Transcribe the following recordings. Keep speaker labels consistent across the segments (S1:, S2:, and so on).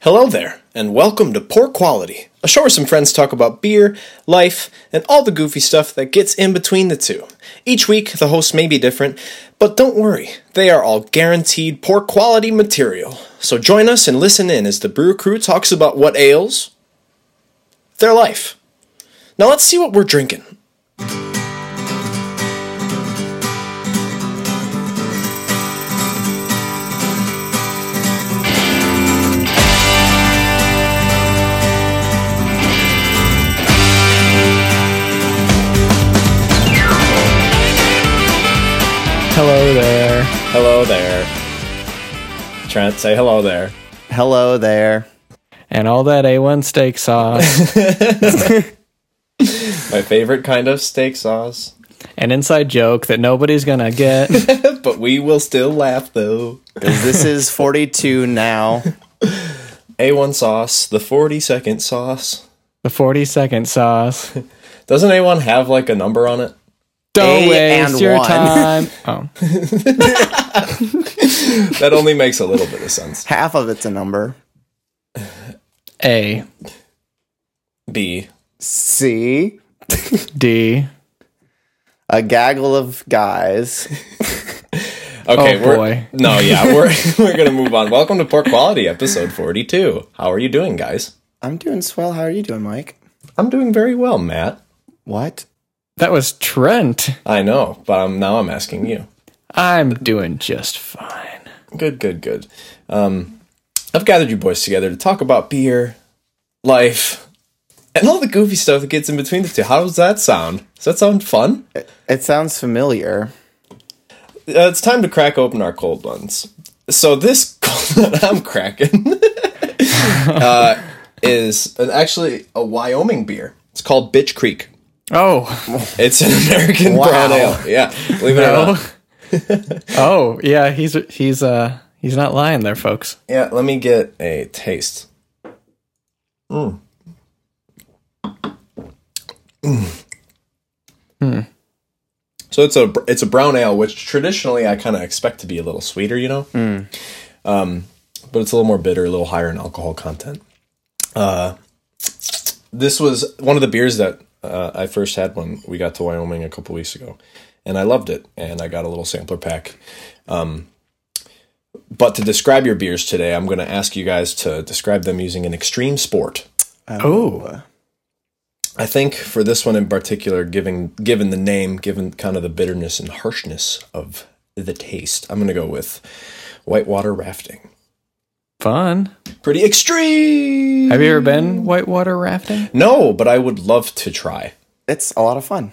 S1: Hello there, and welcome to Poor Quality, a show where some friends talk about beer, life, and all the goofy stuff that gets in between the two. Each week, the hosts may be different, but don't worry, they are all guaranteed poor quality material. So join us and listen in as the brew crew talks about what ails their life. Now let's see what we're drinking.
S2: Hello there.
S1: Hello there. Trent, say hello there.
S3: Hello there.
S2: And all that A1 steak sauce.
S1: My favorite kind of steak sauce.
S2: An inside joke that nobody's going to get.
S1: But we will still laugh though.
S3: This is 42 now.
S1: A1 sauce, the 40 second sauce.
S2: The 40 second sauce.
S1: Doesn't anyone have like a number on it?
S2: Don't
S3: A
S2: waste
S3: and
S2: your
S3: one.
S2: time. Oh.
S1: That only makes a little bit of sense.
S3: Half of it's a number.
S2: A.
S1: B.
S3: See?
S2: D.
S3: A gaggle of guys.
S1: Okay,
S2: Oh,
S1: we're
S2: boy.
S1: no, yeah, we're we're gonna move on. Welcome to Poor Quality, episode forty-two. How are you doing, guys?
S3: I'm doing swell. How are you doing, Mike?
S1: I'm doing very well, Matt.
S3: What?
S2: That was Trent.
S1: I know, but I'm now I'm asking you.
S2: I'm doing just fine.
S1: Good, good, good. Um, I've gathered you boys together to talk about beer, life, and all the goofy stuff that gets in between the two. How does that sound? Does that sound fun?
S3: It sounds familiar.
S1: uh, it's time to crack open our cold ones. So this cold one I'm cracking uh, is an, actually a Wyoming beer. It's called Bitch Creek.
S2: Oh.
S1: It's an American
S3: Wow.
S1: brown ale. Yeah, believe it or not.
S2: Oh. oh, yeah, he's he's uh he's not lying there, folks.
S1: Yeah, let me get a taste. Mm. So it's a br- it's a brown ale, which traditionally I kind of expect to be a little sweeter, you know. Um, but it's a little more bitter, a little higher in alcohol content. Uh, this was one of the beers that uh, I first had when we got to Wyoming a couple weeks ago, and I loved it. And I got a little sampler pack but to describe your beers today, I'm going to ask you guys to describe them using an extreme sport.
S2: Oh.
S1: I think for this one in particular, given given the name, given kind of the bitterness and harshness of the taste, I'm going to go with whitewater rafting.
S2: Fun.
S1: Pretty extreme.
S2: Have you ever
S3: Mm.
S2: been whitewater rafting?
S1: No, but I would love to try.
S3: It's a lot of fun.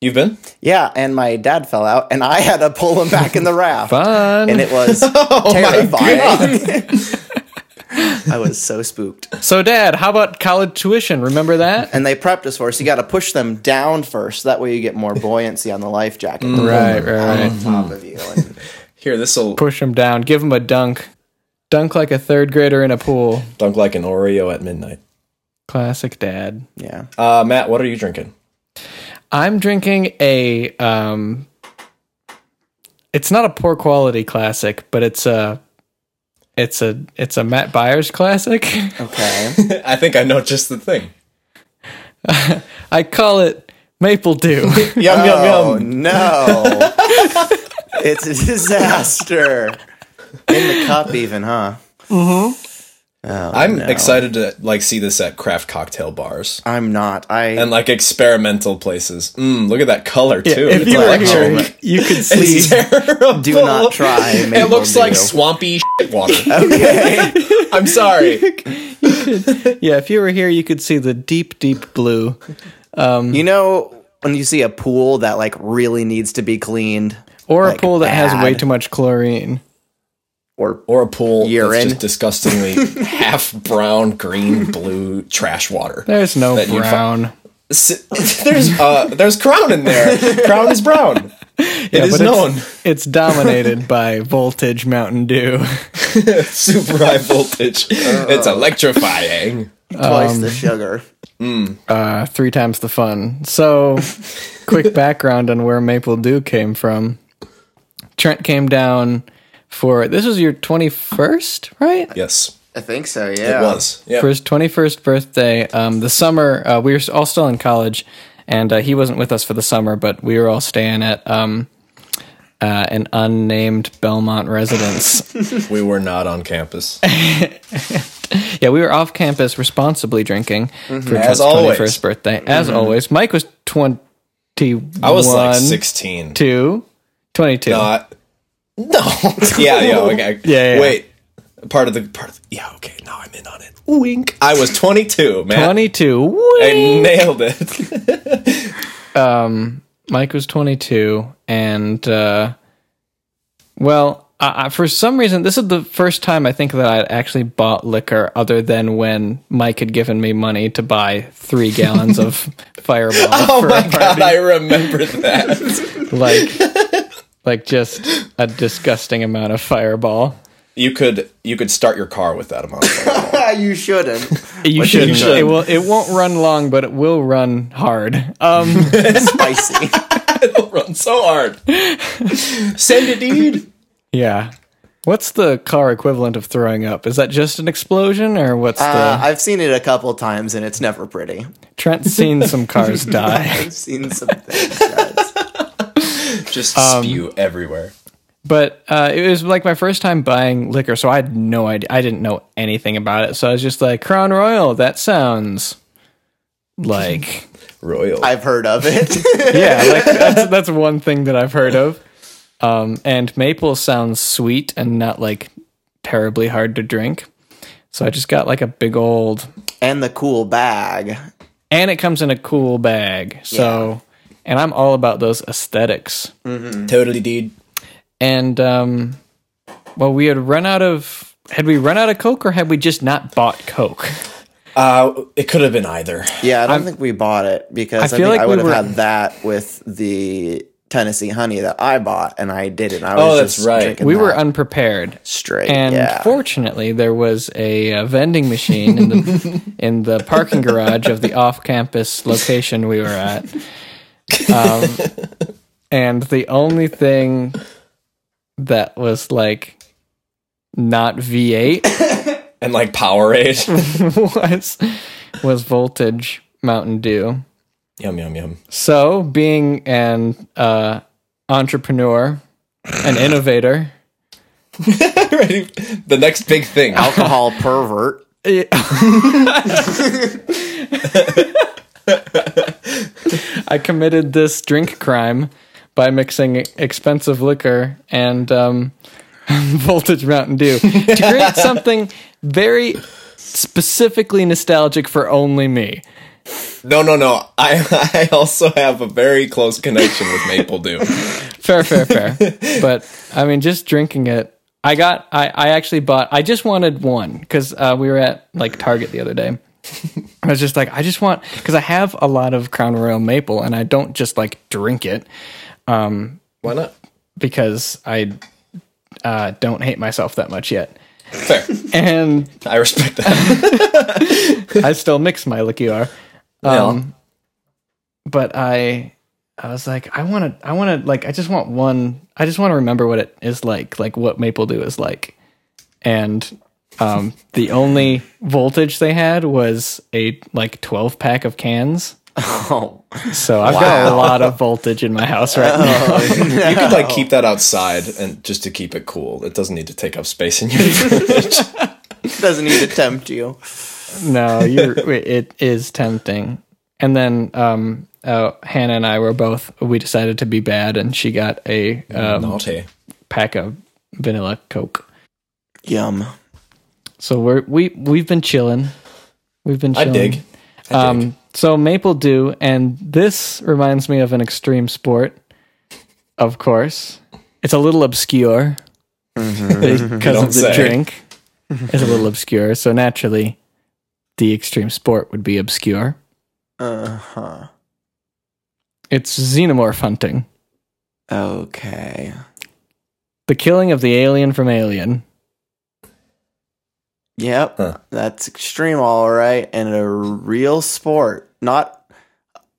S1: You've been?
S3: Yeah, and my dad fell out, and I had to pull him back in the raft.
S2: Fun.
S3: And it was terrifying. I was so spooked.
S2: so dad, how about college tuition? Remember that?
S3: And they prepped us for us. You got to push them down first. That way you get more buoyancy on the life jacket.
S2: Right, right.
S3: On top of you. And
S1: Here, this will
S2: push him down, give him a dunk, dunk like a third grader in a pool.
S1: dunk like an Oreo at midnight.
S2: Classic dad.
S3: yeah.
S1: Uh, Matt, what are you drinking?
S2: I'm drinking a. Um, it's not a poor quality classic, but it's a. It's a it's a Matt Byers classic.
S3: Okay.
S1: I think I know just the thing.
S2: I call it Maple Dew.
S1: Yum yum
S3: Oh
S1: yum.
S3: no! it's a disaster. In the cup, even, huh?
S1: I'm excited to like see this at craft cocktail bars.
S3: I'm not. I
S1: and like experimental places. Mm, look at that color too.
S2: if
S1: It's
S2: you were
S1: like-
S2: here, you could see.
S1: It's terrible.
S3: do not try.
S1: It
S3: maple
S1: looks like
S3: dew.
S1: swampy shit water.
S3: okay.
S1: I'm sorry.
S2: Yeah, if you were here, you could see the deep, deep blue.
S3: you know when you see a pool that like really needs to be cleaned,
S2: Or
S3: Like
S2: a pool that has way
S3: bad.
S2: too much chlorine.
S3: or
S1: Or a pool that's
S3: Urine.
S1: just disgustingly half brown, green, blue trash water.
S2: There's no
S1: That you'd fi-
S2: brown.
S1: S- There's uh, there's crown in there. Crown is brown.
S2: Yeah,
S1: it is
S2: but it's-
S1: known.
S2: It's, dominated by voltage Mountain Dew.
S1: Super high voltage. It's electrifying.
S3: twice the sugar.
S2: Uh, three times the fun. So, quick background on where Maple Dew came from. Trent came down for this was your 21st, right?
S1: Yes.
S3: I think so. Yeah,
S1: It was. Yeah.
S2: for his 21st birthday. Um, the summer, uh, we were all still in college, and uh, he wasn't with us for the summer, but we were all staying at um, uh, an unnamed Belmont residence.
S1: we were not on campus.
S2: yeah, we were off campus responsibly drinking for
S1: Mm-hmm. As
S2: Trent's
S1: always. Mm-hmm.
S2: 21st birthday. As always, Mike was 21.
S1: I was like 16.
S2: two, 22.
S1: Not. No. yeah, yeah, okay.
S2: Yeah, yeah.
S1: Wait. Part of the part of the, yeah, okay. Now I'm in on it. Wink. I was 22, man.
S2: 22.
S1: I
S2: Whee!
S1: nailed it.
S2: Mike was 22, and uh, well, I, I, for some reason, this is the first time I think that I'd actually bought liquor other than when Mike had given me money to buy three gallons of Fireball
S1: Oh
S2: for
S1: my
S2: a
S1: god,
S2: party.
S1: I remember that.
S2: like, like just a disgusting amount of Fireball.
S1: you could you could start your car with that amount. Of
S3: you shouldn't.
S2: You should.
S1: should.
S2: It will. It won't run long, but it will run hard. Um,
S3: Spicy.
S1: It'll run so hard. Send a deed.
S2: yeah. What's the car equivalent of throwing up? Is that just an explosion, or what's the?
S3: Uh, I've seen it a couple times, and it's never pretty.
S2: Trent's seen some cars die,
S3: I've seen some things. guys.
S1: Just spew everywhere.
S2: but uh, it was like my first time buying liquor, so I had no idea. I didn't know anything about it, so I was just like, "Crown Royal, that sounds like
S1: Royal.
S3: I've heard of it.
S2: yeah, like that's that's one thing that I've heard of." Um, and maple sounds sweet and not like terribly hard to drink, so I just got like a big old,
S3: and the cool bag.
S2: and it comes in a cool bag. So, and I'm all about those aesthetics.
S1: totally deed.
S2: and um, well, we had run out of. Had we run out of Coke, or had we just not bought Coke?
S1: Uh, it could have been either.
S3: Yeah, I don't think we bought it because I,
S2: feel
S3: think
S2: like
S3: I
S2: we
S3: would have
S2: were-
S3: had that with the Tennessee honey that I bought, and I didn't. I was
S1: Oh, that's
S3: just
S1: right.
S3: drinking
S2: We
S3: that
S2: were unprepared,
S3: straight.
S2: and
S3: yeah.
S2: fortunately, there was a, uh vending machine in the in the parking garage of the off-campus location we were at. Um, and the only thing that was like not V8
S1: And like Powerade.
S2: was was voltage Mountain Dew.
S1: yum yum yum.
S2: So, being an uh, entrepreneur, an innovator,
S1: Ready? The next big thing.
S3: alcohol pervert.
S2: I committed this drink crime by mixing expensive liquor and um, Voltage Mountain Dew to create something very specifically nostalgic for only me.
S1: No, no, no. I I also have a very close connection with Maple Dew.
S2: fair, fair, fair. but I mean, just drinking it. I got. I, I actually bought. I just wanted one because uh, we were at like Target the other day. I was just like, I just want because I have a lot of Crown Royal Maple, and I don't just like drink it
S1: Why not?
S2: because I uh, don't hate myself that much yet,
S1: Fair.
S2: and
S1: I respect that.
S2: I still mix my liqueur. Um, But I, I was like, I want to, I want to, like, I just want one. I just want to remember what it is like, like what Maple Dew is like. And um, the only voltage they had was a like twelve pack of cans.
S3: Oh,
S2: So I've got a lot of voltage in my house right now.
S1: you could like keep that outside and just to keep it cool. It doesn't need to take up space in your
S3: doesn't need to tempt you.
S2: No, you're, it is tempting. And then um, uh, Hannah and I were both. We decided to be bad, and she got a um,
S1: naughty.
S2: pack of vanilla coke.
S3: Yum.
S2: So we're we we've been chilling. We've been
S1: I
S2: chilling.
S1: dig. I dig.
S2: Um so Maple Dew and this reminds me of an extreme sport. Of course. It's a little obscure. Because
S1: Don't
S2: of the
S1: say.
S2: drink. It's a little obscure, so naturally the extreme sport would be obscure.
S3: Uh huh.
S2: It's xenomorph hunting.
S3: Okay.
S2: The killing of the alien from Alien.
S3: Yep.
S1: Huh.
S3: That's extreme, all right, and a real sport. Not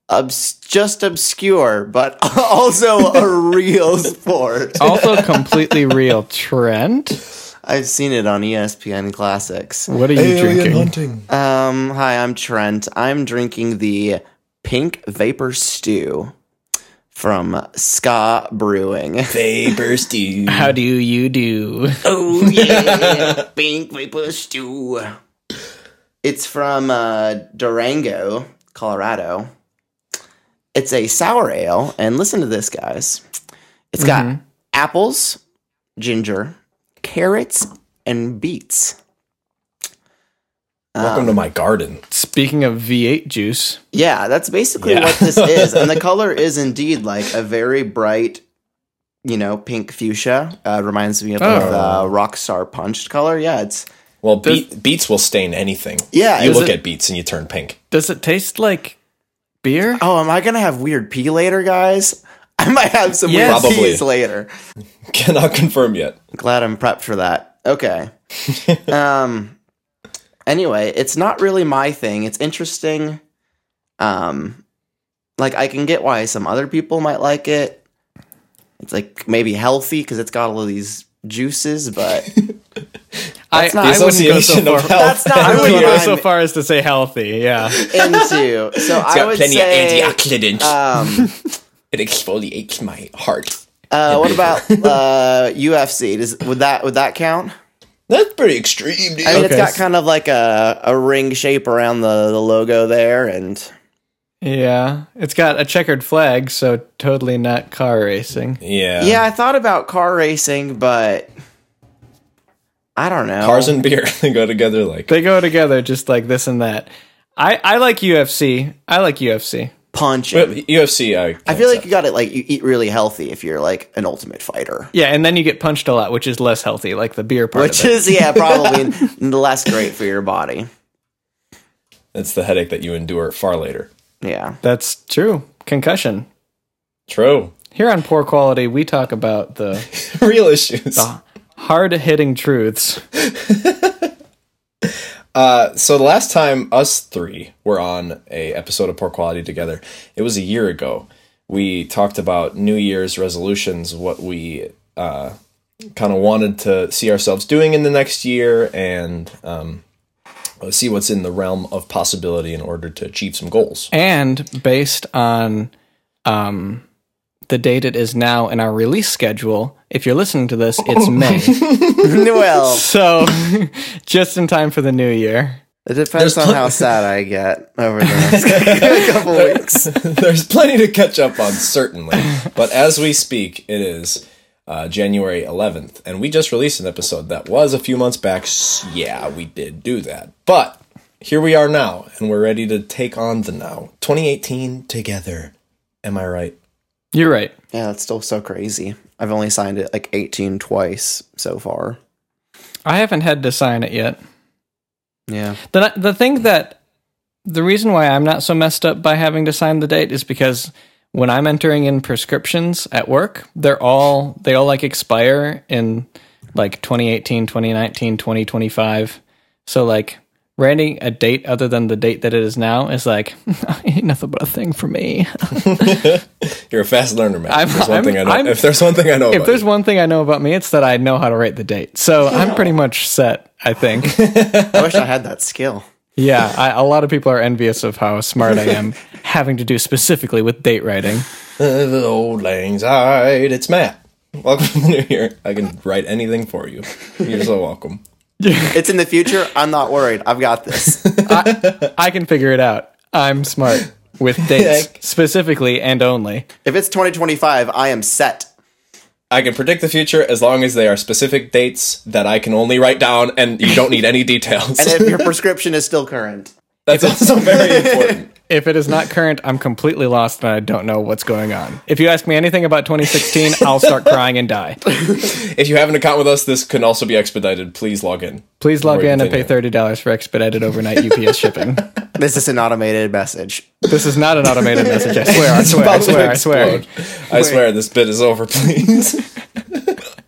S3: obs- just obscure, but also a real sport.
S2: Oh. Also completely real. Trent.
S3: I've seen it on E ESPN Classics.
S2: What are you drinking?
S1: hunting.
S3: Um, hi, I'm Trent. I'm drinking the Pink Vapor Stew from Ska Brewing.
S1: Vapors do.
S2: How do you do?
S3: Oh yeah, Pink Vapor Stew. It's from uh, Durango, Colorado. It's a sour ale, and listen to this, guys. It's got apples, ginger, carrots, and beets.
S1: Welcome to my garden.
S2: Speaking of V8 juice,
S3: Yeah, that's basically
S1: Yeah.
S3: what this is, and the color is indeed like a very bright, you know, pink fuchsia. Uh, reminds me of uh, Rockstar Punched color. Yeah, it's
S1: Well, beet, beets will stain anything.
S3: Yeah,
S1: you
S3: is
S1: look
S2: it-
S1: at beets and you turn pink.
S2: does it taste like beer?
S3: Oh, am I gonna have weird pee later, guys? I might have some
S2: Yes.
S3: weird
S1: Probably.
S3: peas later.
S1: Cannot confirm yet.
S3: Glad I'm prepped for that. Okay. um. Anyway, it's not really my thing. It's interesting. Um, like I can get why some other people might like it. It's like maybe healthy because it's got all of these juices, but
S2: I,
S3: that's not-
S2: I wouldn't
S3: The
S2: go so
S1: Association
S2: far.
S1: of Health
S3: That's not
S2: I
S1: and
S3: really
S2: wouldn't
S1: Beer.
S2: go
S3: I'm-
S2: so far as to say healthy. Yeah,
S3: into so I would say
S1: antioxidants.
S3: um
S1: it exfoliates my heart.
S3: uh what about uh UFC? Does would that would that count?
S1: That's pretty extreme, dude.
S3: I mean, it's
S2: Okay.
S3: got kind of like a, a ring shape around the, the logo there, and
S2: yeah. It's got a checkered flag, so totally not car racing.
S1: yeah.
S3: yeah, I thought about car racing, but I don't know.
S1: Cars and beer, they go together like.
S2: They go together just like this and that. I I like UFC. I like UFC.
S3: punch.
S1: But UFC, I,
S3: I feel like you got it. Like you eat really healthy if you're like an ultimate fighter,
S2: Yeah, and then you get punched a lot, which is less healthy, like the beer part.
S3: which
S2: of it.
S3: is yeah probably less great for your body.
S1: it's the headache that you endure far later.
S3: Yeah,
S2: That's true. Concussion.
S1: True.
S2: Here on Poor Quality, we talk about the
S1: Real issues.
S2: hard hitting truths.
S1: so the last time us three were on a episode of poor quality together it was a year ago we talked about new year's resolutions what we uh, kind of wanted to see ourselves doing in the next year and um, see what's in the realm of possibility in order to achieve some goals
S2: And based on um, the date it is now in our release schedule, if you're listening to this, it's May.
S3: well,
S2: so just in time for the new year.
S3: it depends on how sad I get over the next couple weeks.
S1: there's plenty to catch up on certainly but as we speak it is uh, January 11th, and we just released an episode that was a few months back. S- Yeah, we did do that, but here we are now, and we're ready to take on the now 2018 together. Am I right?
S2: You're right.
S3: Yeah, that's still so crazy. I've only signed it like 18 twice so far.
S2: I haven't had to sign it yet.
S3: Yeah.
S2: The the thing that the reason why I'm not so messed up by having to sign the date is because when I'm entering in prescriptions at work, they're all they all like expire in like 2018, 2019, 2025. So like writing a date other than the date that it is now is like ain't nothing but a thing for me.
S1: You're a fast learner, man.
S2: I'm-
S1: if there's one
S2: I'm-
S1: thing I know.
S2: I'm-
S1: if there's one thing I know,
S2: if
S1: about
S2: there's
S1: you.
S2: one thing I know about me, it's that I know how to write the date. So I'm pretty much set, I think.
S3: I wish I had that skill.
S2: Yeah, I, a lot of people are envious of how smart I am, having to do specifically with date writing.
S1: Uh, the old lang syne, it's Matt. Welcome to the new year. I can write anything for you. You're so welcome.
S3: It's in the future. I'm not worried. I've got this.
S2: I can figure it out. I'm smart with dates, specifically and only.
S3: If it's 2025, I am set.
S1: I can predict the future as long as they are specific dates that I can only write down, and you don't need any details.
S3: And if your prescription is still current,
S1: That's also very important.
S2: If it is not current, I'm completely lost and I don't know what's going on. If you ask me anything about 2016, I'll start crying and die.
S1: If you have an account with us, this can also be expedited. Please log in.
S2: Please log
S1: We're
S2: in and pay $30 for expedited overnight UPS shipping.
S3: this is an automated message.
S2: This is not an automated message. I swear, I swear, I
S1: about to
S2: swear, I swear.
S1: explode. I swear, this bit is over, please.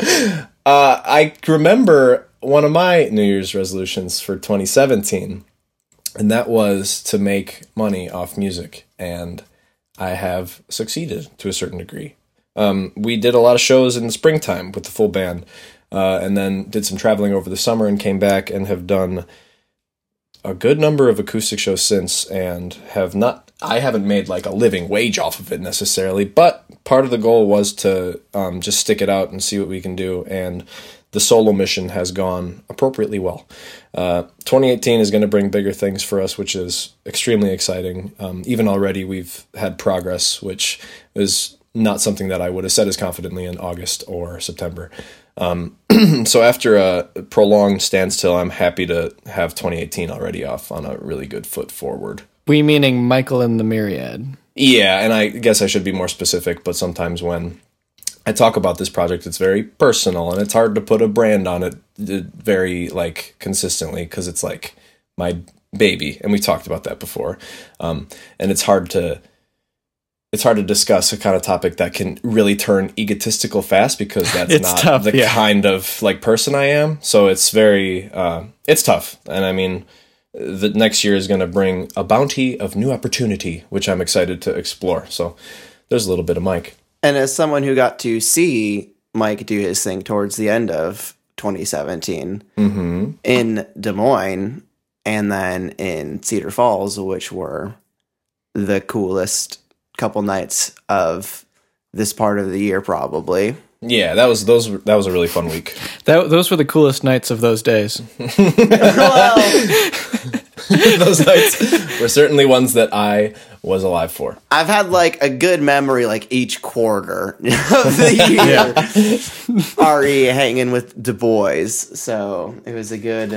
S1: uh, I remember one of my New Year's resolutions for 2017, and that was to make money off music. And I have succeeded to a certain degree. Um, we did a lot of shows in the springtime with the full band. uh, and then did some traveling over the summer and came back and have done a good number of acoustic shows since and have not I haven't made like a living wage off of it necessarily, but part of the goal was to um, just stick it out and see what we can do. And the solo mission has gone appropriately well. Uh, 2018 is going to bring bigger things for us, which is extremely exciting. Um, even already, we've had progress, which is not something that I would have said as confidently in August or September. Um, so after a prolonged standstill, I'm happy to have 2018 already off on a really good foot forward.
S2: We meaning Michael and the Myriad.
S1: Yeah, and I guess I should be more specific, but sometimes when I talk about this project, it's very personal and it's hard to put a brand on it uh, very like consistently because it's like my baby, and we talked about that before. Um, and it's hard to it's hard to discuss a kind of topic that can really turn egotistical fast because that's
S2: It's
S1: not
S2: tough,
S1: the
S2: yeah.
S1: kind of like person I am. So it's very uh, it's tough, and I mean the next year is going to bring a bounty of new opportunity, which I'm excited to explore. So there's a little bit of Mike.
S3: And as someone who got to see Mike do his thing towards the end of 2017
S1: Mm-hmm.
S3: in Des Moines and then in Cedar Falls, which were the coolest couple nights of this part of the year, probably.
S1: Yeah, that was those. were- That was a really fun week.
S2: That, those were the coolest nights of those days.
S3: well,
S1: those nights were certainly ones that I was alive for.
S3: I've had like a good memory like each quarter of the year. RE hanging with Du Bois. So it was a good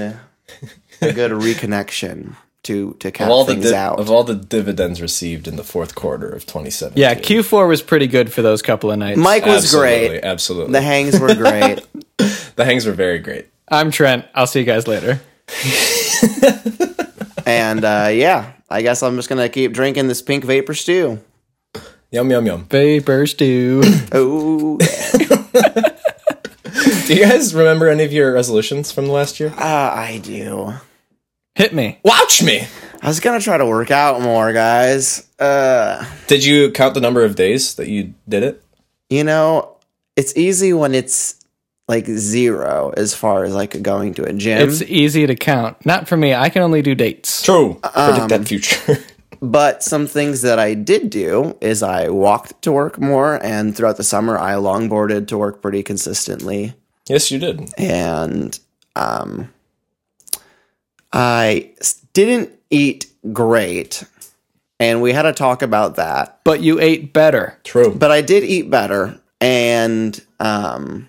S3: a good reconnection to to cap
S1: Of all the
S3: things
S1: di-
S3: out.
S1: of all the dividends received in the fourth quarter of 2017.
S2: Yeah, Q4 was pretty good for those couple of nights.
S3: Mike was
S1: absolutely,
S3: great.
S1: Absolutely,
S3: The hangs were great.
S1: the hangs were very great.
S2: I'm Trent. I'll see you guys later.
S3: and uh, yeah, I guess I'm just gonna keep drinking this pink vapor stew.
S1: Yum yum yum.
S2: Vapors do.
S3: Oh,
S1: Do you guys remember any of your resolutions from the last year?
S3: ah, I do.
S2: Hit me.
S1: Watch me.
S3: I was gonna try to work out more, guys. Uh,
S1: Did you count the number of days that you did it?
S3: you know, it's easy when it's like zero as far as like going to a gym.
S2: It's easy to count. Not for me. I can only do dates.
S1: True. Predict that future.
S3: But some things that I did do is I walked to work more, and throughout the summer I longboarded to work pretty consistently.
S1: yes, you did.
S3: and um, I s- didn't eat great, and we had a talk about that.
S2: But you ate better.
S1: True.
S3: But I did eat better, and um,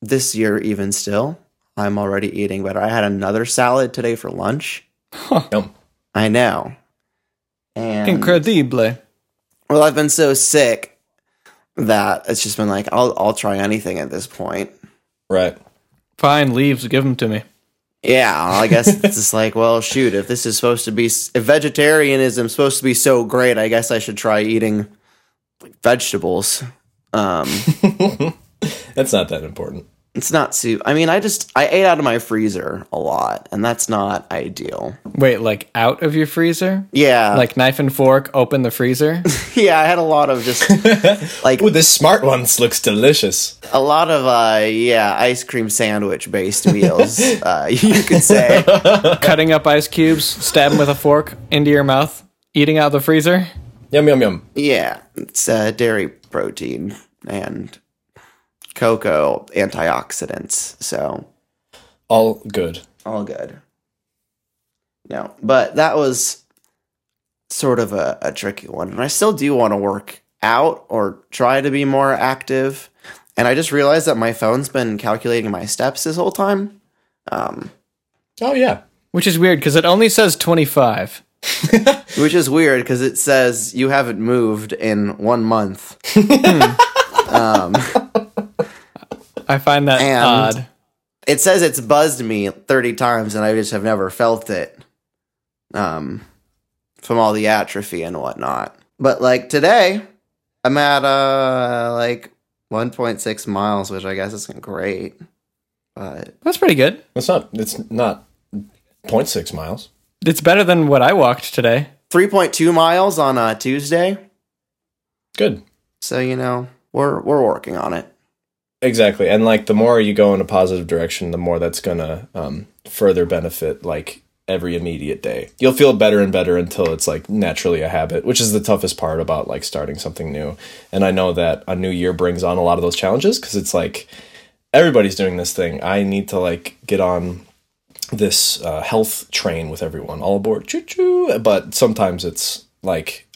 S3: this year, even still, I'm already eating better. I had another salad today for lunch.
S1: Yum.
S3: I know, and
S2: Incredible.
S3: well, I've been so sick that it's just been like I'll I'll try anything at this point.
S1: Right.
S2: Fine leaves. Give them to me.
S3: Yeah, I guess it's just like, well, shoot, if this is supposed to be, if vegetarianism is supposed to be so great, I guess I should try eating like, vegetables. Um,
S1: That's not that important.
S3: it's not soup. I mean, I just, I ate out of my freezer a lot, and that's not ideal.
S2: Wait, like out of your freezer?
S3: Yeah.
S2: Like knife and fork, open the freezer?
S3: yeah, I had a lot of just, like,
S1: Ooh, this smart ones looks delicious.
S3: a lot of, uh, yeah, ice cream sandwich based meals, uh, you could say.
S2: Cutting up ice cubes, stabbing with a fork into your mouth, eating out of the freezer?
S1: Yum yum yum.
S3: Yeah, it's uh, dairy protein and cocoa antioxidants. So
S1: All good.
S3: all good. No, but that was sort of a, a tricky one. And I still do want to work out or try to be more active. And I just realized that my phone's been calculating my steps this whole time. Um,
S1: Oh yeah.
S2: Which is weird because it only says 25.
S3: Which is weird because it says you haven't moved in one month. um,
S2: I find that
S3: And-
S2: odd.
S3: it says it's buzzed me 30 times and I just have never felt it um from all the atrophy and whatnot. But like today I'm at uh like 1.6 miles, which I guess isn't great. But
S2: That's pretty good.
S1: It's not. It's not 0.6 miles.
S2: It's better than what I walked today.
S3: 3.2 miles on uh Tuesday.
S1: Good.
S3: So you know, we're we're working on it.
S1: exactly. And like the more you go in a positive direction, the more that's gonna um, further benefit like every immediate day. You'll feel better and better until it's like naturally a habit, which is the toughest part about like starting something new. And I know that a new year brings on a lot of those challenges because it's like everybody's doing this thing. I need to like get on this uh, health train with everyone all aboard choo choo but sometimes it's like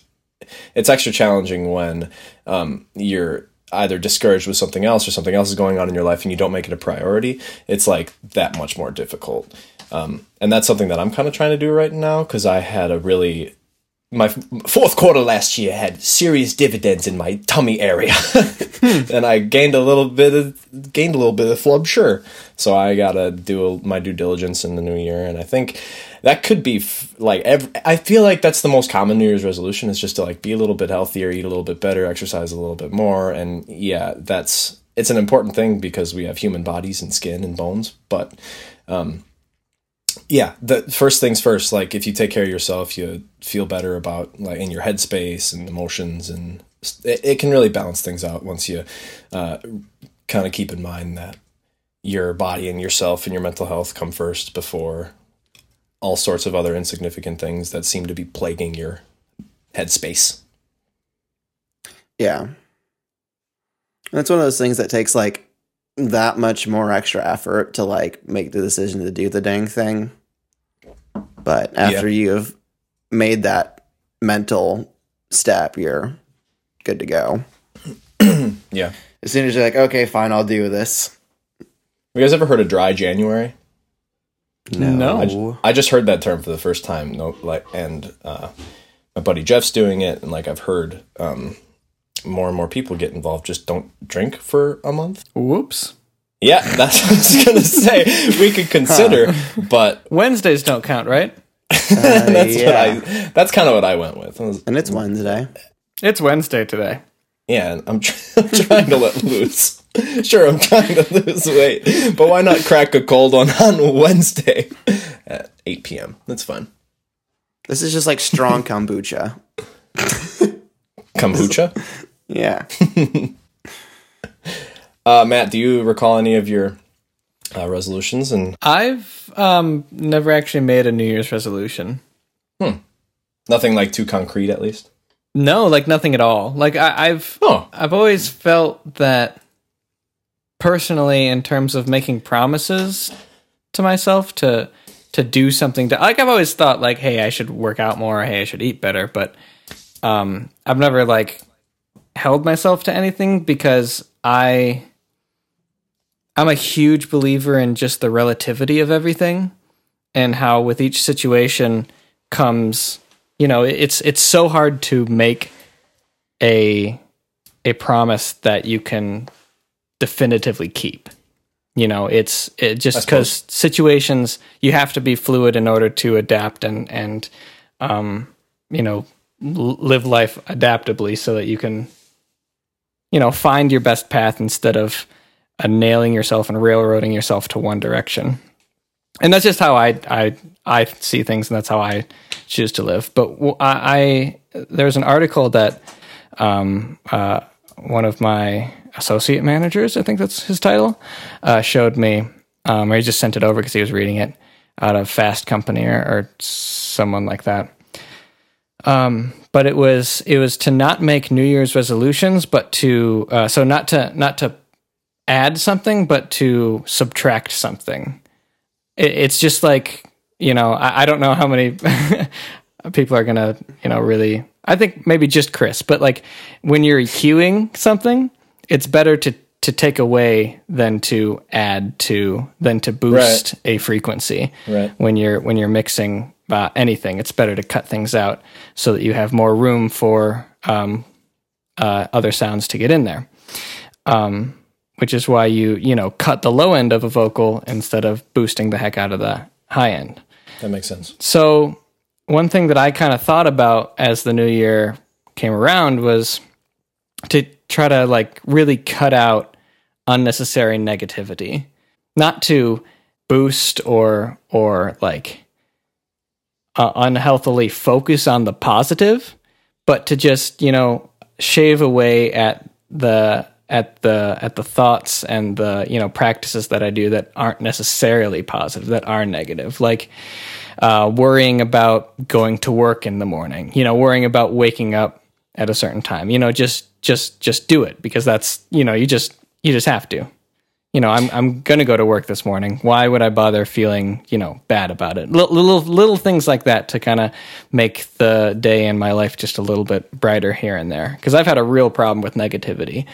S1: it's extra challenging when um, you're either discouraged with something else or something else is going on in your life and you don't make it a priority it's like that much more difficult um, and that's something that i'm kind of trying to do right now because i had a really my f- fourth quarter last year had serious dividends in my tummy area, and I gained a little bit of gained a little bit of flub, sure. So I gotta do a, my due diligence in the new year, and I think that could be f- like ev- I feel like that's the most common New Year's resolution is just to like be a little bit healthier, eat a little bit better, exercise a little bit more, and yeah, that's it's an important thing because we have human bodies and skin and bones, but um, yeah the first things first like if you take care of yourself you feel better about like in your headspace and emotions and it, it can really balance things out once you uh, kind of keep in mind that your body and yourself and your mental health come first before all sorts of other insignificant things that seem to be plaguing your headspace
S3: Yeah. That's one of those things that takes like that much more extra effort to like make the decision to do the dang thing. But after you've made that mental step, you're good to go.
S1: yeah
S3: As soon as you're like, okay, fine, I'll do this.
S1: you guys ever heard of dry january
S2: No.
S1: I ju- I just heard that term for the first time. No, like, and uh, my buddy Jeff's doing it, and like I've heard um, more and more people get involved. Just don't drink for a month.
S2: Whoops.
S1: Yeah, that's what I was gonna say. We could consider, but
S2: Wednesdays don't count, right?
S1: that's
S3: yeah.
S1: what I. That's kind of what I went with. I was-
S3: And
S2: Mm.
S3: it's Wednesday.
S2: It's Wednesday today.
S1: yeah, I'm, tr- I'm trying to let loose. Sure, I'm trying to lose weight, but why not crack a cold one on Wednesday at 8 p.m. That's fun.
S3: This is just like strong kombucha.
S1: Kombucha.
S3: Yeah.
S1: Uh, Matt, do you recall any of your uh, resolutions? And
S2: I've um never actually made a New Year's resolution.
S1: nothing like too concrete, at least.
S2: No, like nothing at all. Like I, I've
S1: Oh,
S2: I've always felt that personally in terms of making promises to myself to to do something to like I've always thought like hey I should work out more hey I should eat better but um I've never like held myself to anything because I I'm a huge believer in just the relativity of everything and how with each situation comes you know it's it's so hard to make a a promise that you can definitively keep. You know, it's it just because situations you have to be fluid in order to adapt and and um, you know l- live life adaptably so that you can you know find your best path instead of uh, nailing yourself and railroading yourself to one direction. And that's just how I I I see things, and that's how I choose to live. But w- I, I there's an article that um, uh, one of my associate managers, I think that's his title, uh, showed me, um, or he just sent it over because he was reading it out of Fast Company or, or someone like that. Um, but it was it was to not make New Year's resolutions, but to uh, so not to not to add something, but to subtract something. It, it's just like you know I, I don't know how many people are gonna you know really I think maybe just Chris, but like when you're queuing something, it's better to to take away than to add to than to boost a frequency
S1: Right.
S2: when you're when you're mixing uh, anything it's better to cut things out so that you have more room for um, uh, other sounds to get in there um, which is why you you know cut the low end of a vocal instead of boosting the heck out of the high end
S1: that makes sense.
S2: so one thing that I kind of thought about as the new year came around was to try to like really cut out unnecessary negativity, not to boost or or like uh, unhealthily focus on the positive, but to just you know shave away at the at the at the thoughts and the you know practices that I do that aren't necessarily positive that are negative like uh, worrying about going to work in the morning you know worrying about waking up at a certain time you know just just just do it because that's you know you just you just have to you know I'm I'm gonna go to work this morning why would I bother feeling you know bad about it Lit- little little things like that to kind of make the day in my life just a little bit brighter here and there because I've had a real problem with negativity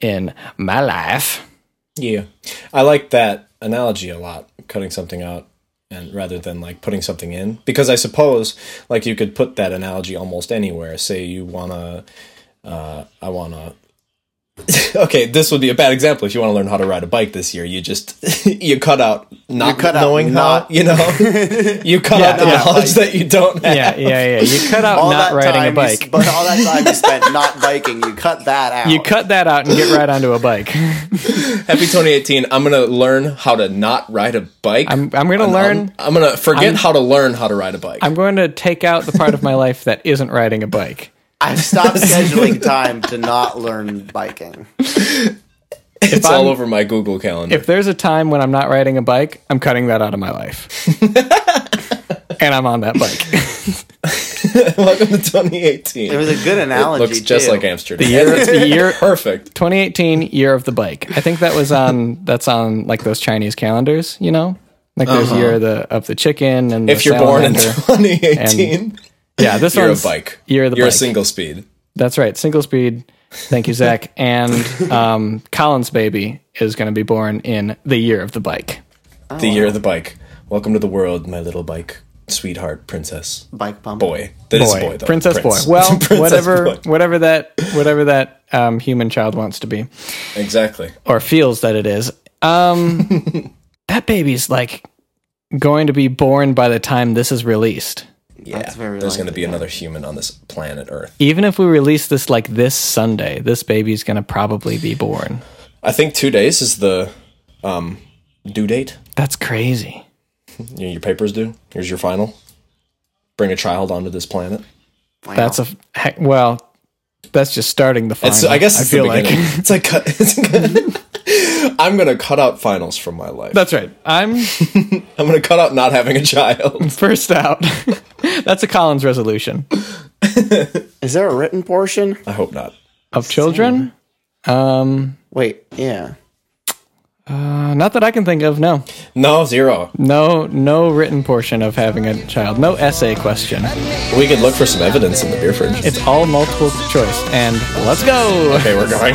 S2: in my life
S1: Yeah. I like that analogy a lot, cutting something out and rather than like putting something in because I suppose like you could put that analogy almost anywhere. Say you want to uh I want to Okay, this would be a bad example if you want to learn how to ride a bike this year. You just you cut out not
S3: cut out
S1: knowing
S3: not-
S1: how, you know. you cut out the
S2: yeah,
S1: knowledge that you don't have.
S2: yeah yeah yeah you cut out
S3: All
S2: not
S3: that
S2: riding
S3: time
S2: a
S3: you s-
S2: bike
S3: but all that time you spent not biking, you cut that out.
S2: you cut that out and get right onto a bike
S1: Happy 2018. I'm going to learn how to not ride a bike. Um,
S2: I'm I'm gonna learn
S1: I'm, I'm going to forget how to learn how to ride a bike.
S2: I'm going to take out the part of my life that isn't riding a bike.
S3: I've stopped scheduling time to not learn biking.
S1: it's
S2: I'm-
S1: all over my Google calendar.
S2: If there's a time when I'm not riding a bike, I'm cutting that out of my life. and I'm on that bike.
S1: Welcome to 2018.
S3: It was a good analogy.
S1: looks just
S3: too.
S1: like Amsterdam.
S2: It's the year
S1: Perfect.
S2: 2018 year of the bike. I think that was on that's on like those Chinese calendars, you know? Like there's year of the of the chicken and
S1: Uh-huh. If
S2: the
S1: you're born in
S2: salamander.
S1: 2018,
S2: yeah, this
S1: you're a
S2: one's
S1: bike.
S2: Year of the
S1: you're
S2: bike.
S1: a single speed.
S2: That's right, single speed. Thank you, Zach. and um, Colin's baby is going to be born in the year of the bike.
S3: Oh,
S1: the year of the bike. Welcome to the world, my little bike sweetheart, princess,
S3: bike pump.
S1: boy. That is
S2: boy,
S1: boy, though.
S2: princess
S1: Prince.
S2: boy. Well,
S1: Princess
S2: whatever,
S1: boy.
S2: whatever that, whatever that um, human child wants to be
S1: Exactly.
S2: or feels that it is. Um, that baby's like going to be born by the time this is released.
S1: Yeah.
S3: That's very
S1: There's going to
S3: likely,
S1: be another human on this planet Earth.
S2: Even if we release this like this Sunday, this baby's going to probably be born.
S1: I think two days is the um, due date.
S2: That's crazy.
S1: You know, your papers due. Here's your final. Bring a child onto this planet.
S3: Wow.
S2: That's a heck, well. That's just starting the final.
S1: It's, I guess
S2: I
S1: it's
S2: feel
S1: the
S2: like
S1: beginning. it's like cut, I'm gonna cut out finals from my life.
S2: that's right. I'm
S1: I'm gonna cut out not having a child.
S2: first out. that's a Collins resolution
S3: Is there a written portion?
S1: I hope not.
S2: of children. Um,
S3: Wait, yeah.
S2: Uh, not that I can think of. No,
S1: No zero.
S2: no, no written portion of having a child. No essay question.
S1: We could look for some evidence in the beer fridge.
S2: It's all multiple choice. And let's go.
S1: okay, we're going.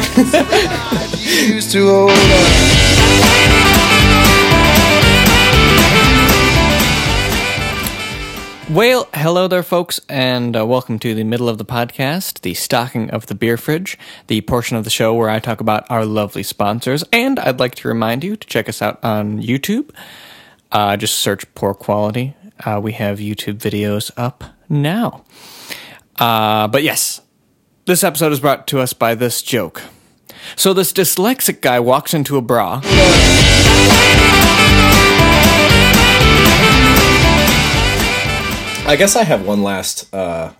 S3: Used to hold on.
S2: Well, hello there, folks, and uh, welcome to the middle of the podcast, the stocking of the beer fridge, the portion of the show where I talk about our lovely sponsors. And I'd like to remind you to check us out on YouTube. Uh, just search poor quality. Uh, we have YouTube videos up now. Uh, but yes, this episode is brought to us by this joke. So this dyslexic guy walks into a bra.
S1: I guess I have one last uh,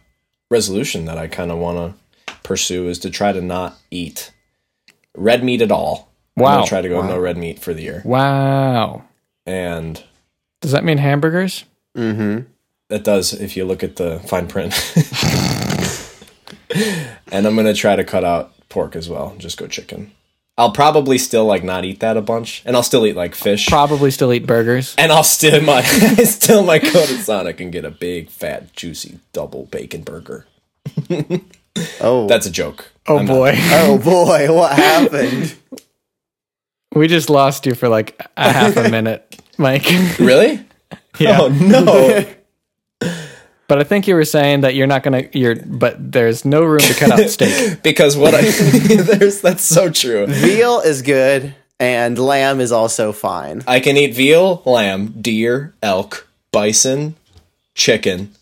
S1: resolution that I kind of want to pursue is to try to not eat red meat at all. I'm
S2: Wow.
S1: gonna try to go no red meat for the year,
S2: Wow.
S1: and
S2: Does that mean hamburgers?
S1: that does if you look at the fine print. and I'm gonna try to cut out pork as well. Just go chicken. I'll probably still like not eat that a bunch, and I'll still eat like fish.
S2: Probably still eat burgers.
S1: and I'll still my still my go to Sonic and get a big fat juicy double bacon burger.
S3: Oh,
S1: That's a joke.
S2: Oh
S1: I'm not-
S2: boy.
S3: oh boy, what happened?
S2: We just lost you for like a half a minute, Mike.
S1: really?
S2: yeah.
S1: Oh no!
S2: But I think you were saying that you're not gonna you're but there's no room to cut out steak.
S1: because what I there's that's so true.
S3: Veal is good, and lamb is also fine.
S1: I can eat veal, lamb, deer, elk, bison, chicken,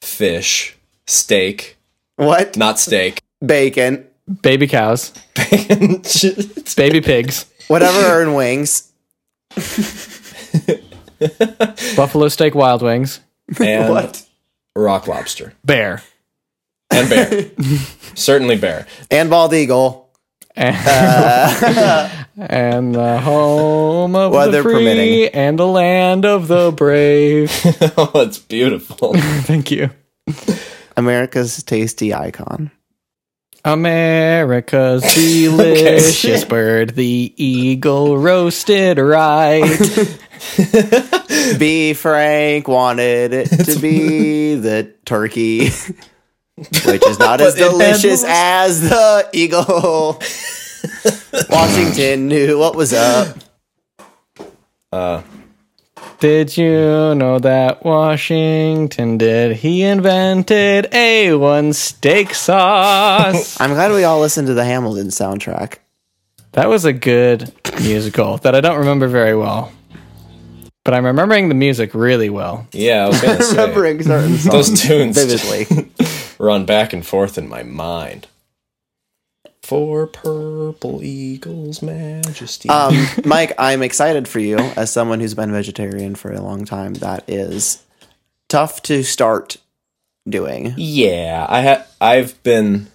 S1: fish, steak,
S3: What?
S1: not steak,
S3: Bacon.
S2: Baby cows,
S1: bacon, ch-
S2: baby pigs,
S3: Whatever are in wings.
S2: buffalo steak wild wings,
S1: and
S3: What?
S1: rock lobster
S2: bear,
S1: and bear. Certainly bear.
S3: And bald eagle.
S2: and, and the home of
S3: Weather
S2: the free
S3: permitting.
S2: and the land of the brave.
S1: oh, that's beautiful.
S2: Thank you.
S3: America's tasty icon.
S2: America's delicious bird, the eagle roasted right.
S3: B. Frank wanted it to be the turkey, which is not as
S1: But it had
S3: delicious
S1: those-
S3: as the eagle. Washington knew what was up.
S2: did you know that Washington did? He invented A1 steak sauce.
S3: I'm glad we all listened to the Hamilton soundtrack.
S2: that was a good musical that I don't remember very well. But I'm remembering the music really well.
S1: yeah, I was gonna say
S3: Remembering certain songs
S1: those tunes just
S3: vividly.
S1: run back and forth in my mind. For purple eagles, majesty.
S3: Um, Mike, I'm excited for you as someone who's been vegetarian for a long time. That is tough to start doing.
S1: Yeah, I ha- I've been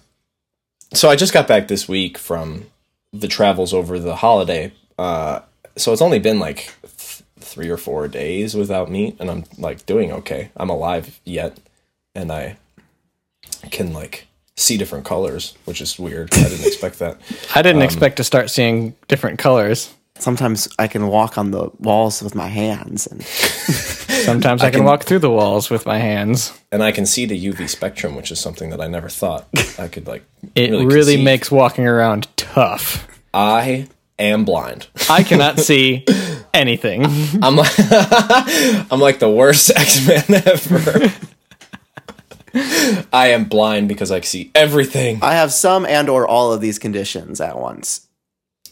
S1: so I just got back this week from the travels over the holiday. Uh, so it's only been like th- three or four days without meat, and I'm like doing okay. I'm alive yet, and I can like see different colors, which is weird. I didn't expect that.
S2: I didn't expect to start seeing different colors.
S3: Sometimes I can walk on the walls with my hands and
S2: Sometimes I, can, walk through the walls with my hands.
S1: And I can see the UV spectrum, which is something that I never thought I could like.
S2: It really,
S1: conceive.
S2: makes walking around tough.
S1: I am blind.
S2: I cannot see anything.
S1: I'm like, I'm like the worst X Man ever. I am blind because I see everything.
S3: I have some and or all of these conditions at once.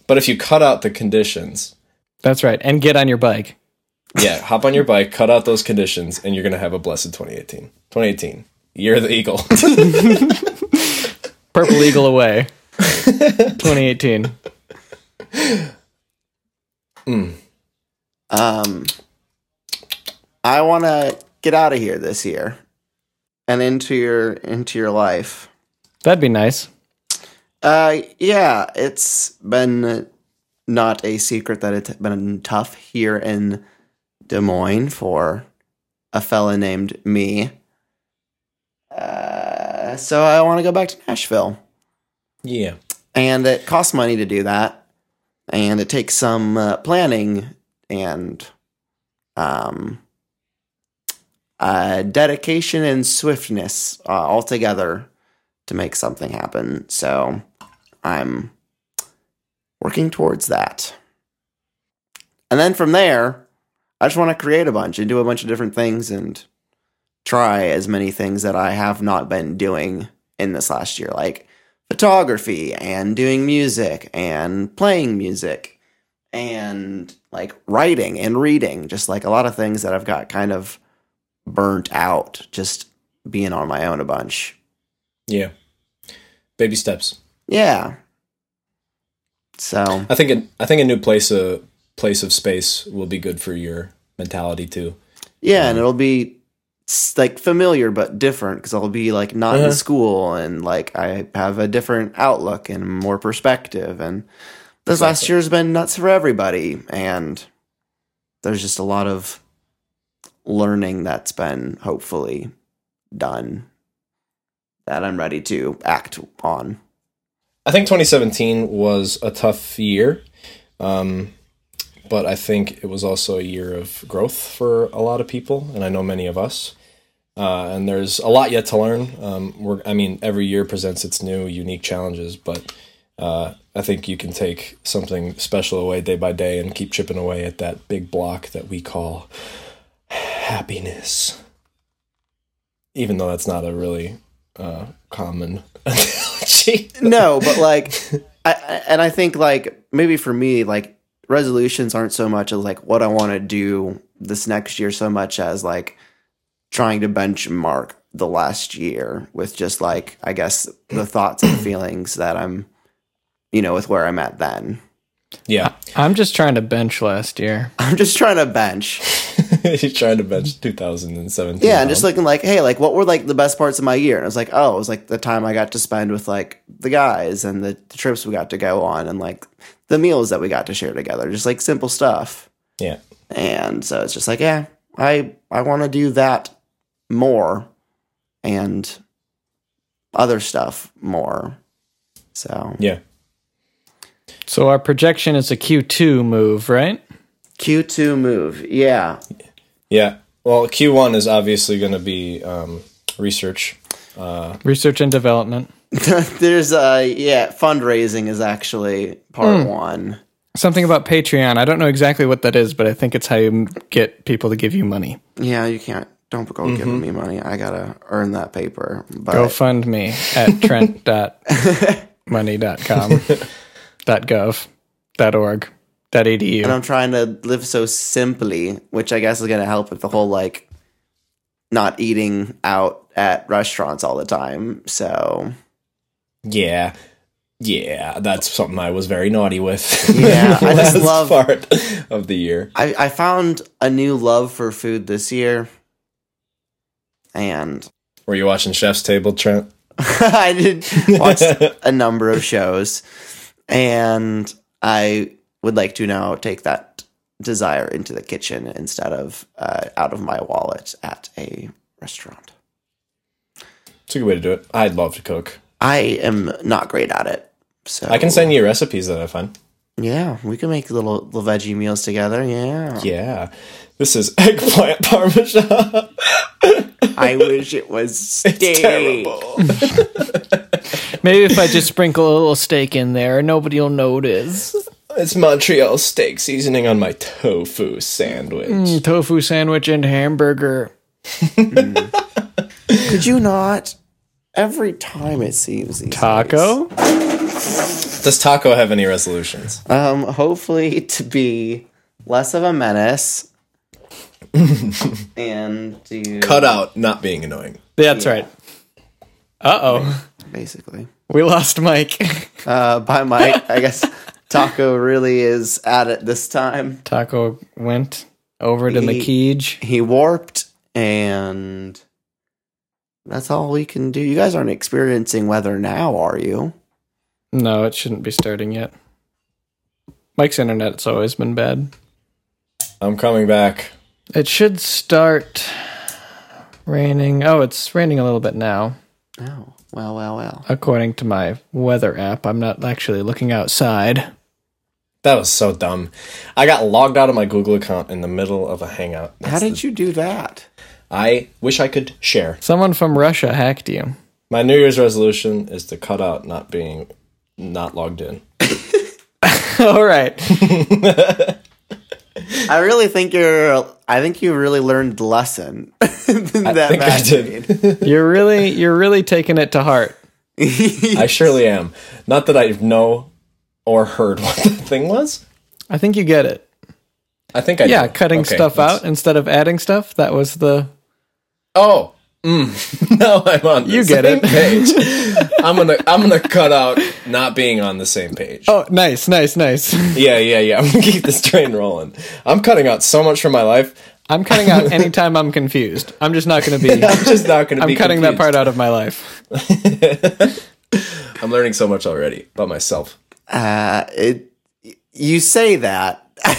S1: But if you cut out the conditions,
S2: That's right. And get on your bike.
S1: yeah, hop on your bike, cut out those conditions, and you're gonna have a blessed 2018. 2018, year of the eagle.
S2: Purple Eagle away. 2018.
S3: Um, I want to get out of here this year and into your into your life.
S2: That'd be nice.
S3: Uh, yeah, it's been not a secret that it's been tough here in Des Moines for a fella named me. Uh, so I want to go back to Nashville.
S1: yeah,
S3: and it costs money to do that and it takes some uh, planning and um uh dedication and swiftness uh, all together to make something happen so i'm working towards that and then from there i just want to create a bunch and do a bunch of different things and try as many things that i have not been doing in this last year like photography and doing music and playing music and like writing and reading just like a lot of things that I've got kind of burnt out just being on my own a bunch.
S1: yeah. Baby steps.
S3: Yeah. So,
S1: I think a, I think a new place a place of space will be good for your mentality too.
S3: yeah, and it'll be s- like familiar but different cuz I'll be like not in
S1: Uh-huh.
S3: school and like I have a different outlook and more perspective and this last year's been nuts for everybody and there's just a lot of learning that's been hopefully done that i'm ready to act on
S1: I think 2017 was a tough year, um, but I think it was also a year of growth for a lot of people, and I know many of us. Uh, and there's a lot yet to learn. Um, we're, I mean, every year presents its new, unique challenges, but uh, I think you can take something special away day by day and keep chipping away at that big block that we call happiness. Even though that's not a really uh, common analogy.
S3: no but like I- I, and i think like maybe for me like resolutions aren't so much as like what i want to do this next year so much as like trying to benchmark the last year with just like i guess the thoughts and feelings that i'm you know with where i'm at then
S1: Yeah.
S2: I'm just trying to bench last year.
S3: I'm just trying to bench.
S1: He's trying to bench 2017.
S3: Yeah, and just looking like, hey, like what were like the best parts of my year? And I was like, oh, it was like the time I got to spend with like the guys and the, the trips we got to go on and like the meals that we got to share together, just like simple stuff.
S1: yeah,
S3: And so it's just like, yeah, I I want to do that more and other stuff more. So
S1: yeah.
S2: So our projection is a Q2 move, right?
S3: Q2 move. Yeah.
S1: Yeah. Well, Q1 is obviously going to be um, research.
S2: Research and development.
S3: There's uh yeah, fundraising is actually part 1.
S2: Something about Patreon. I don't know exactly what that is, but I think it's how you m- get people to give you money.
S3: Yeah, you can't don't go giving me money. I got to earn that paper. But
S2: GoFundMe at trent.money.com dot gov dot org dot edu.
S3: and I'm trying to live so simply, which I guess is going to help with the whole like not eating out at restaurants all the time. So
S1: Yeah. Yeah, that's something I was very naughty with.
S3: Yeah, I just
S1: Last
S3: love-
S1: part of the year.
S3: I, I found a new love for food this year, and
S1: Were you watching Chef's Table, Trent?
S3: I did watch a number of shows, and I would like to now take that desire into the kitchen instead of uh, out of my wallet at a restaurant.
S1: It's a good way to do it. I'd love to cook.
S3: I am not great at it, so
S1: I can send you recipes that I find.
S3: Yeah, we can make little little veggie meals together. Yeah,
S1: Yeah. This is eggplant parmesan.
S3: I wish it was steak.
S1: Terrible.
S2: Maybe if I just sprinkle a little steak in there, nobody will notice.
S1: It's Montreal steak seasoning on my tofu sandwich.
S3: Mm.
S2: Tofu sandwich and hamburger.
S3: Could you not? Every time it seems these days.
S2: Taco?
S1: Does taco have any resolutions?
S3: Um, hopefully to be less of a menace and to
S1: Cut out not being annoying.
S2: That's right. Uh oh.
S3: basically.
S2: We lost Mike.
S3: Uh, by Mike, I guess Taco really is at it this time.
S2: Taco went over to
S3: He-
S2: McKeej.
S3: He warped, and that's all we can do. You guys aren't experiencing weather now, are you?
S2: No, it shouldn't be starting yet. Mike's internet's always been bad.
S1: I'm coming back.
S2: It should start raining. Oh, it's raining a little bit now.
S3: No. Well, well, well.
S2: According to my weather app, I'm not actually looking outside.
S1: That was so dumb. I got logged out of my Google account in the middle of a hangout.
S3: How did you do that?
S1: I wish I could share.
S2: Someone from Russia hacked you.
S1: My New Year's resolution is to cut out not being not logged in.
S2: All right.
S3: I really think you're. I think you really learned the lesson. I
S1: think I did.
S2: You're really you're really taking it to heart.
S1: I surely am. Not that I know or heard what the thing was.
S2: I think you get it.
S1: I think I
S2: Yeah,
S1: do.
S2: cutting
S1: Okay,
S2: stuff
S1: that's-
S2: out instead of adding stuff. That was the
S1: Oh, mm. now I'm on. The
S2: You get
S1: same
S2: it.
S1: Page. I'm gonna I'm gonna cut out not being on the same page.
S2: Oh, nice, nice, nice.
S1: Yeah, yeah, yeah. I'm gonna keep this train rolling. I'm cutting out so much from my life.
S2: I'm cutting out anytime I'm confused. I'm just not going to be.
S1: I'm just not gonna.
S2: I'm
S1: be
S2: cutting that
S1: confused.
S2: part out of my life.
S1: I'm learning so much already about myself.
S3: Uh, it, you say that, and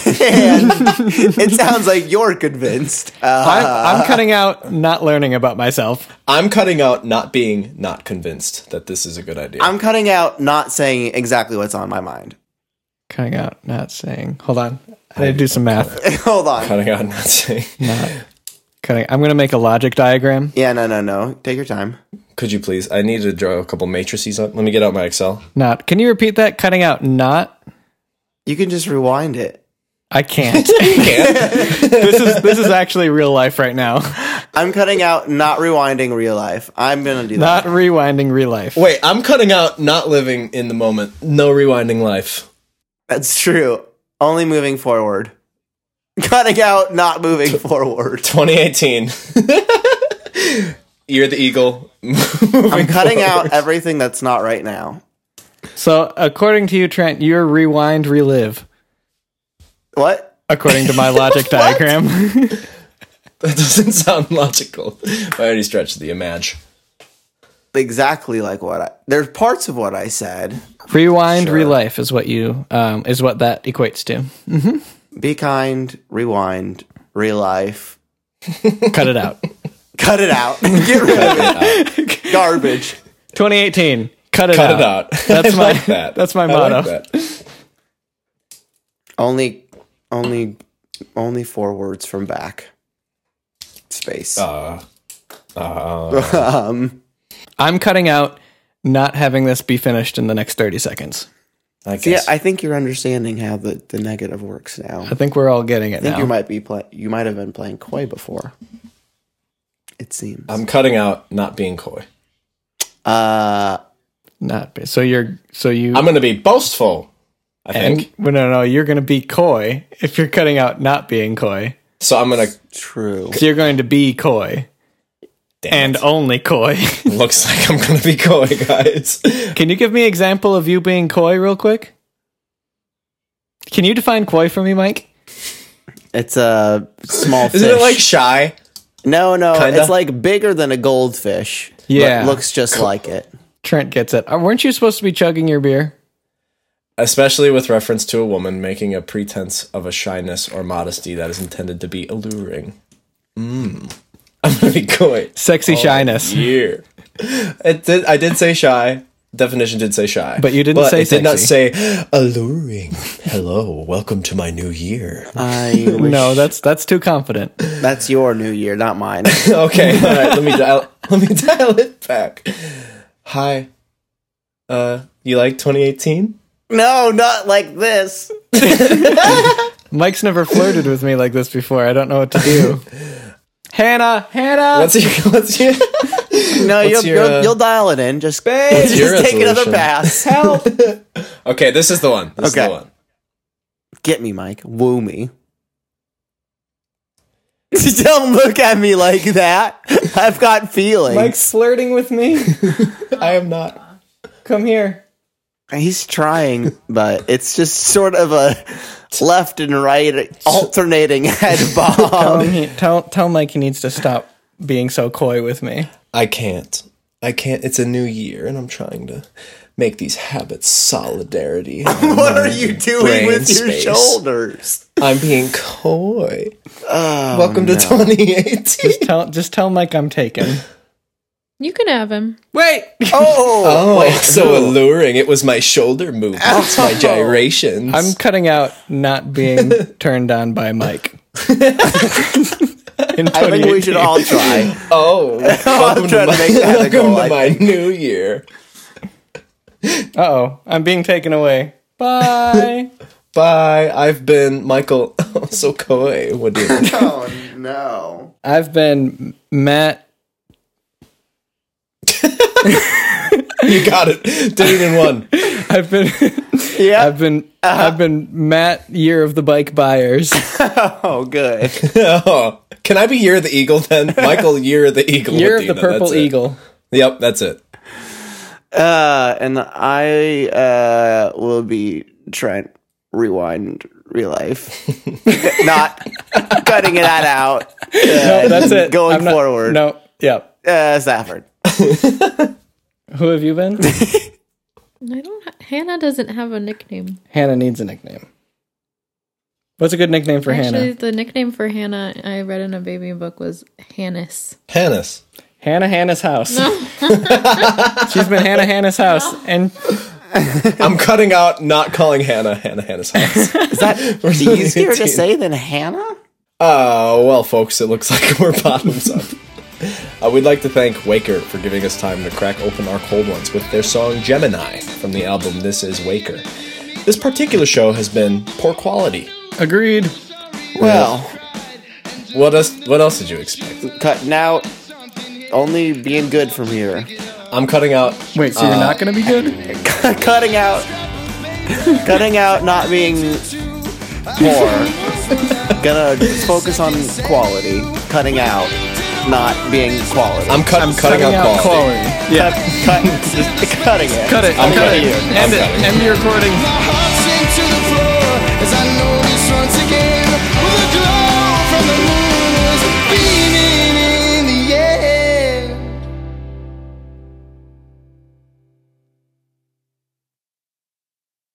S3: it sounds like you're convinced. Uh,
S2: I'm, I'm cutting out not learning about myself.
S1: I'm cutting out not being not convinced that this is a good idea.
S3: I'm cutting out not saying exactly what's on my mind.
S2: Cutting out not saying. Hold on. I need to do some math.
S3: Hold on.
S1: cutting out not saying.
S2: Cutting. I'm going to make a logic diagram.
S3: Yeah, no, no, no. Take your time.
S1: Could you please? I need to draw a couple matrices up. Let me get out my Excel.
S2: Not. Can you repeat that? Cutting out not.
S3: You can just rewind it.
S2: I can't. this is this is actually real life right now.
S3: I'm cutting out not rewinding real life. I'm gonna do
S2: Not rewinding real life.
S1: Wait, I'm cutting out not living in the moment. No rewinding life.
S3: that. That's true. Only moving forward. Cutting out not moving forward.
S1: 2018. You're the eagle.
S3: I'm cutting out everything that's not right now.
S2: So according to you, Trent, you're rewind relive.
S3: What?
S2: According to my logic diagram.
S1: That doesn't sound logical by any stretch of the imagine.
S3: Exactly like what I. There's parts of what I said.
S2: Rewind, relife is what you um, is what that equates to.
S3: Be kind, rewind, real life.
S2: Cut it out.
S3: Cut it out. Get rid of it. Garbage.
S2: 2018. Cut it
S1: Cut
S2: out.
S1: it out.
S2: Uh, That's
S1: I
S2: my-
S1: like that.
S2: that's my
S1: I like
S2: motto.
S1: that.
S3: Only, only, only four words from back. Space.
S1: Uh,
S3: um,
S2: I'm cutting out not having this be finished in the next 30 seconds.
S1: I
S3: yeah,
S1: guess.
S3: I think you're understanding how the, the negative works now. I
S2: I
S3: think
S2: think we're all getting it now.
S3: you might be play- You might have been playing koi before. It seems.
S1: I'm cutting out not being coy.
S3: uh,
S2: not be- so you're so you
S1: I'm going to be boastful, I
S2: and-
S1: think.
S2: well, no no you're going to be coy if you're cutting out not being coy.
S1: So I'm going to.
S3: true.
S2: So you're going to be coy and only coy.
S1: Looks like I'm going to be coy, guys.
S2: Can you give me an example of you being coy real quick? Can you define coy for me, Mike?
S3: It's a small.
S1: Isn't it
S3: fish.
S1: like shy?
S3: No, no,
S1: Kinda?
S3: it's like bigger than a goldfish. but
S2: Yeah.
S3: looks just like it.
S2: Trent gets it. Uh, weren't you supposed to be chugging your beer?
S1: Especially with reference to a woman making a pretense of a shyness or modesty that is intended to be alluring. Mmm. I'm going to be coy.
S3: Oh,
S2: Sexy shyness.
S1: year. It did, I did say shy. Definition did say shy,
S2: But you didn't say
S1: it did not
S2: sexy.
S1: say alluring. Hello, welcome to my new year.
S3: I wish
S2: No, that's that's too confident.
S3: that's your new year, not mine.
S1: okay, all right. Let me dial. Let me dial it back. Hi. Uh, you like 2018?
S3: no, not like this.
S2: Mike's never flirted with me like this before. I don't know what to do. Hannah, Hannah.
S1: What's your What's your
S3: No, you'll,
S1: your,
S3: you'll,
S1: uh,
S3: you'll dial it in. Just,
S1: What's
S3: just
S1: your
S3: take another
S1: resolution?
S3: pass.
S2: Help.
S1: Okay, this is the one. This is
S3: Okay.
S1: the one.
S3: Get me, Mike. Woo me. Don't look at me like that. I've got feelings.
S2: Mike's flirting with me.
S1: I am not.
S2: Come here.
S3: He's trying, but it's just sort of a left and right alternating head
S2: Tell,
S3: bob.
S2: him he, tell tell Mike he needs to stop being so coy with me.
S1: I can't. I can't. It's a new year, and I'm trying to make these habits solidarity.
S3: What are you doing
S1: brain
S3: with your
S1: space.
S3: shoulders?
S1: I'm being coy.
S3: Oh,
S1: Welcome to 2018.
S2: Tell just tell Mike I'm taken.
S4: You can have him.
S2: Wait.
S3: Oh,
S1: Oh, so alluring. It was my shoulder movements, my gyrations.
S2: I'm cutting out not being turned on by Mike. In
S3: I think we should
S2: 2018.
S3: all try.
S1: oh, welcome to,
S3: trying to
S1: my,
S3: make that a
S1: welcome
S3: goal,
S1: to
S3: I
S1: my new year.
S2: Uh-oh. I'm being taken away. Bye.
S1: Bye. I've been Michael. I'm so coy. What do you think?
S3: Oh no!
S2: I've been Matt
S1: You got it. Did it in one.
S2: I've been
S3: Yeah.
S2: I've been I've been Matt year of the bike buyers.
S3: Oh, good.
S1: Oh, can I be Year of the Eagle then? Michael, Year of the Eagle.
S2: year of
S1: Medina,
S2: the purple
S1: that's it.
S2: eagle.
S1: Yep, that's it.
S3: Uh, and I uh, will be trying rewind real life, not cutting that out.
S2: No, that's it.
S3: Going
S2: I'm not-
S3: forward.
S2: No. Yeah.
S3: Uh, Safford.
S2: Who have you been?
S4: I don't. ha- Hannah doesn't have a nickname.
S2: Hannah needs a nickname. What's a good nickname for
S4: Actually,
S2: Hannah?
S4: the nickname for Hannah I read in a baby book was Hannis.
S1: Hannes.
S2: Hannah Hannah's house. She's been Hannah Hannah's house and
S1: I'm cutting out not calling Hannah Hannah Hannah's house.
S3: Is that easier to say than Hannah?
S1: Uh, well, folks, it looks like we're bottoms up. Uh, we'd like to thank Waker for giving us time to crack open our cold ones with their song Gemini from the album This Is Waker. This particular show has been poor quality.
S2: agreed.
S3: Well,
S1: What else, what else did you expect?
S3: cutting out. Only being good from here.
S1: I'm cutting out.
S2: Wait, so
S1: Uh,
S2: you're not going to be good?
S3: cutting out. cutting out not being poor. Gonna focus on quality. Cutting out not being quality.
S1: I'm, cut, cutting, out, quality.
S2: quality.
S3: Yeah. Cut, just cutting it.
S2: Cut it.
S1: I'm
S2: Cut
S1: cutting
S2: it.
S1: you. I'm
S2: End it.
S1: cutting you.
S2: End the recording.
S5: Heart